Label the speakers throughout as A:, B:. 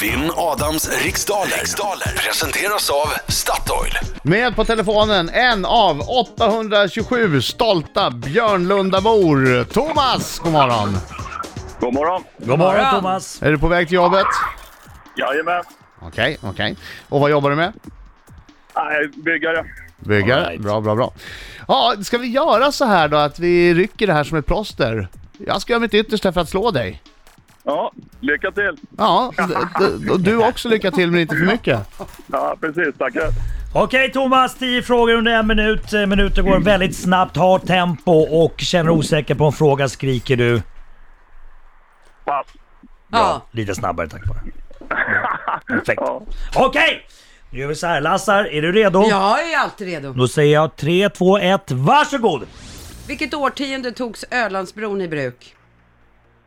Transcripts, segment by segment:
A: Vinn Adams riksdaler. riksdaler presenteras av Statoil.
B: Med på telefonen en av 827 stolta Björnlundabor, Thomas! God morgon!
C: God morgon.
B: God
D: Morgon Thomas!
B: Är du på väg till jobbet?
C: Jajamän.
B: Okej, okej. Och vad jobbar du med?
C: Nej, byggare.
B: Byggare.
D: All right.
B: Bra, bra, bra. Ja, ska vi göra så här då att vi rycker det här som ett plåster? Jag ska göra mitt yttersta för att slå dig.
C: Ja, lycka till.
B: Ja, d- d- och du också lycka till men inte för mycket.
C: Ja, precis. Tackar.
D: Okej Thomas, 10 frågor under en minut. Eh, Minuter går väldigt snabbt, har tempo och känner dig osäker på en fråga skriker du
C: Pass.
E: Ja.
D: lite snabbare tack bara. Perfekt. Okej! Nu gör vi så här. Lassar, är du redo?
E: Jag är alltid redo.
D: Då säger jag 3, 2, 1, varsågod!
E: Vilket årtionde togs Ölandsbron i bruk?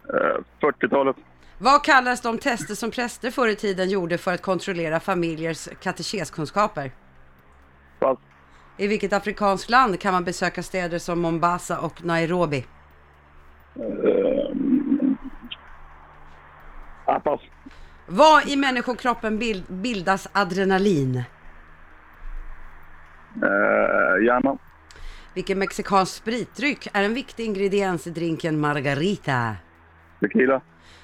C: Eh, 40-talet.
E: Vad kallas de tester som präster förr i tiden gjorde för att kontrollera familjers katekeskunskaper?
C: Pass.
E: I vilket afrikanskt land kan man besöka städer som Mombasa och Nairobi?
C: Eh, Ja, pass.
E: Vad i människokroppen bild, bildas adrenalin?
C: Eh, hjärnan.
E: Vilken mexikansk spritdryck är en viktig ingrediens i drinken Margarita?
C: Tequila.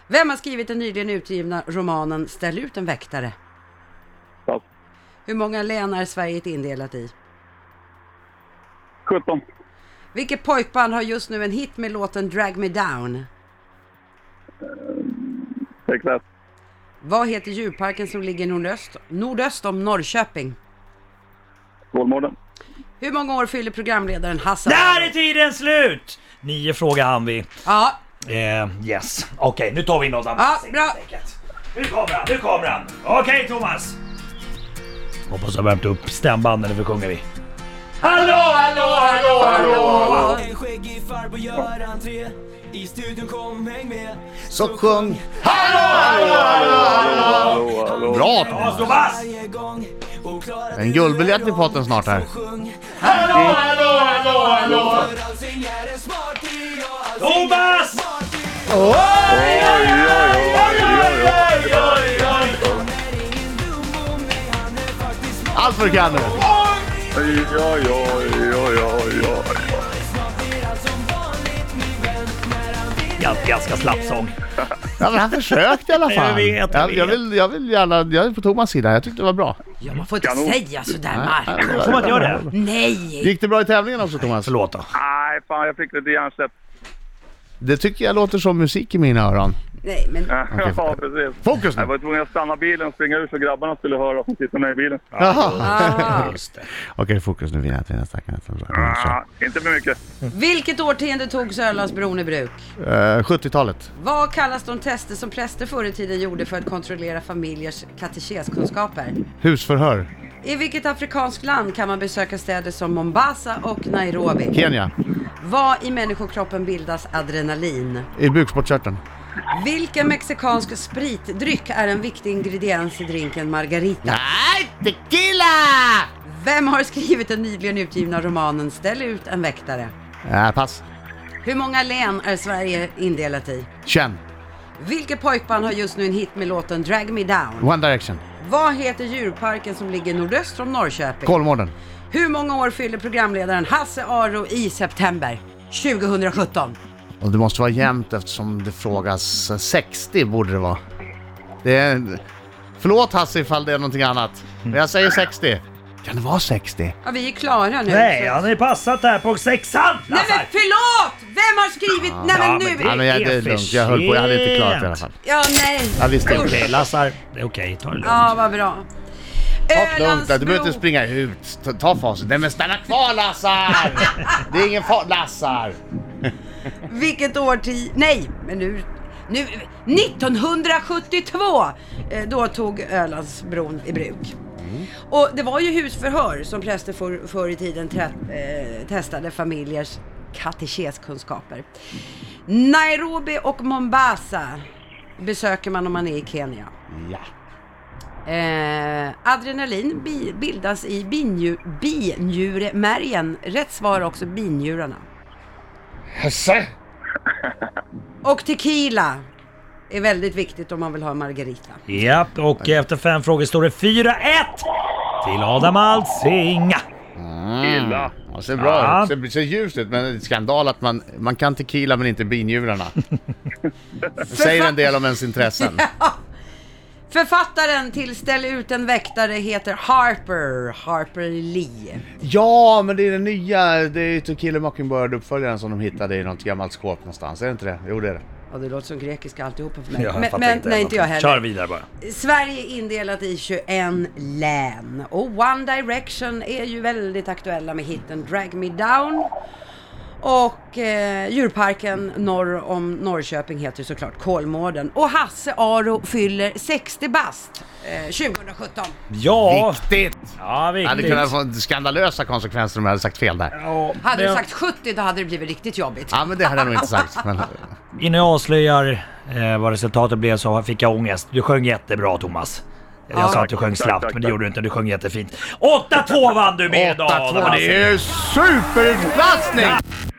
E: Vem har skrivit den nyligen utgivna romanen Ställ ut en väktare?
C: Pass.
E: Hur många län är Sverige indelat i?
C: 17.
E: Vilket pojkband har just nu en hit med låten Drag Me Down?
C: Texas.
E: Vad heter djurparken som ligger nordöst, nordöst om Norrköping?
C: Kolmården.
E: Hur många år fyller programledaren Hassan?
D: Där är tiden slut! Nio frågor hann vi.
E: Ja,
D: Eh, yes. Okej, nu tar vi in oss
E: ja, bra.
D: Nu kommer han, nu kommer han! Okej Thomas! Hoppas jag har värmt upp stämbanden när vi sjunger vi. Hallå, hallå, hallå, hallå!
F: En skäggig farbror gör entré I studion kom häng med
B: Så sjung!
C: Hallå, hallå.
B: Bra!
D: Ja, slå fast!
F: varje gång och klara
B: En guldbiljett i potten snart här.
F: sjung
D: Hallå, hallå, hallå, hallå!
F: För allsing är en smarty och allsing
D: Thomas!
C: Oj, oj, oj, oj, oj, oj.
D: Oj, oj, oj!
F: är ingen dum om nej han är faktiskt smart
B: Allt vad du kan nu!
C: Oj, oj, oj, oj, oj, oj.
F: Snart blir han som vanligt min vän När han vinner
D: Ganska, ganska slapp sång.
B: Ja, men han försökte i alla fall.
D: Jag vet, jag
B: jag, vill, jag vill gärna... Jag är på Thomas sida, jag tyckte det var bra.
E: Ja, man får inte
C: Kanon.
E: säga sådär Mark.
D: Får man inte göra det?
E: Nej!
B: Gick det bra i tävlingen också Thomas?
D: Förlåt då.
C: Nej, fan jag fick lite hjärnsläpp.
B: Det tycker jag låter som musik i mina öron.
E: Nej, men
C: ja, precis.
B: Fokus
C: Jag
B: nu!
C: var tvungen att stanna bilen och springa ut så grabbarna skulle höra som sitter med i bilen.
B: Jaha.
E: aha.
D: Just det.
B: Okej, fokus nu. Vi är till nästa.
C: Ah, inte för mycket.
E: Vilket årtionde togs Ölandsbron i bruk?
B: Uh, 70-talet.
E: Vad kallas de tester som präster förr i tiden gjorde för att kontrollera familjers katekeskunskaper?
B: Husförhör.
E: I vilket afrikanskt land kan man besöka städer som Mombasa och Nairobi?
B: Kenya.
E: Vad i människokroppen bildas adrenalin?
B: I bukspottkörteln.
E: Vilken mexikansk spritdryck är en viktig ingrediens i drinken Margarita?
B: Nej, tequila!
E: Vem har skrivit den nyligen utgivna romanen Ställ ut en väktare?
B: Uh, pass.
E: Hur många län är Sverige indelat i?
B: Chen.
E: Vilket pojkband har just nu en hit med låten Drag Me Down?
B: One Direction.
E: Vad heter djurparken som ligger nordöst om Norrköping?
B: Kolmården.
E: Hur många år fyller programledaren Hasse Aro i september 2017?
B: Och det måste vara jämnt eftersom det frågas 60 borde det vara. Det är... Förlåt Hasse ifall det är någonting annat. Men jag säger 60. Kan det vara 60?
E: Ja, vi är klara nu.
D: Nej,
E: Så-
D: han har ju passat här på sexan!
E: Nej men
D: Lassar!
E: förlåt! Vem har skrivit? Nej men
D: Ah. Ja,
E: nu!
D: men
B: Ja, men jag, det är lugnt. Jag höll på. Jag hade inte klarat det i alla fall.
E: Ja nej.
B: Jag visste inte.
D: Okej, Lassar. Det är okej, ta det lugnt.
E: Ja vad bra.
B: Ta det lugnt. Du behöver inte
E: Ölandsbro.
B: springa ut. Ta, ta facit. Nej men stanna kvar Lassar! Det är ingen fara. Lassar!
E: Vilket årtio... Nej men nu... Nu, 1972! eh, Då tog Ölandsbron i bruk.
B: Mm.
E: Och det var ju husförhör som präster för, förr i tiden trä- eh, testade familjers katekeskunskaper. Nairobi och Mombasa besöker man om man är i Kenya.
B: Ja.
E: Eh, adrenalin bi- bildas i binju- binjuremärgen. Rätt svar också binjurarna.
B: Hasse!
E: Och tequila är väldigt viktigt om man vill ha en margarita.
D: Ja, och efter fem frågor står det 4-1 till Adam Alsing.
C: Illa.
B: Ja, ser bra
D: Ja.
B: ut. Ser, ser ljust ut, men det är skandal att man, man kan tequila men inte binjurarna. Det säger en del om ens intressen.
E: Författaren till Ställ ut en väktare heter Harper, Harper Lee.
B: Ja, men det är den nya. Det är ju To kill a mockingbird uppföljaren som de hittade i något gammalt skåp någonstans. Är det inte det? Jo, det är det.
E: Ja, det låter som grekiska alltihopa för mig.
D: Jag
E: men
D: fattar
E: men nej,
D: än
E: inte jag
D: någonting.
E: heller.
D: Kör vidare bara.
E: Sverige är indelat i 21 län och One Direction är ju väldigt aktuella med hiten Drag Me Down. Och eh, djurparken norr om Norrköping heter såklart Kolmården. Och Hasse Aro fyller 60 bast eh, 2017.
D: Ja,
B: Viktigt!
D: ja
B: Det hade
D: viktigt.
B: kunnat få skandalösa konsekvenser om jag hade sagt fel där.
D: Ja,
E: Hade du
D: men
E: sagt 70 då hade det blivit riktigt jobbigt.
B: Ja, men det hade jag nog inte sagt. Men...
D: Innan jag avslöjar eh, vad resultatet blev så fick jag ångest. Du sjöng jättebra Thomas. Eller Jag
E: Ja.
D: sa att du sjöng
C: Tack,
D: slappt,
C: tack,
D: men det
C: tack.
D: gjorde du inte. Du sjöng jättefint. 8-2 vann du med idag!
C: alltså.
B: 8-2,
D: Adam
B: det är ju superutklassning!